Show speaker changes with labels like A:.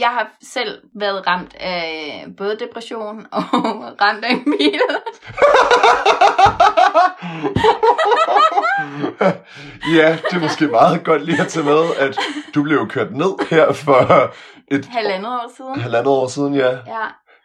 A: jeg har selv været ramt af både depression og ramt af en bil.
B: ja, det er måske meget godt lige at tage med, at du blev kørt ned her for et
A: Halvandet år siden.
B: halvandet år siden, ja.
A: Ja,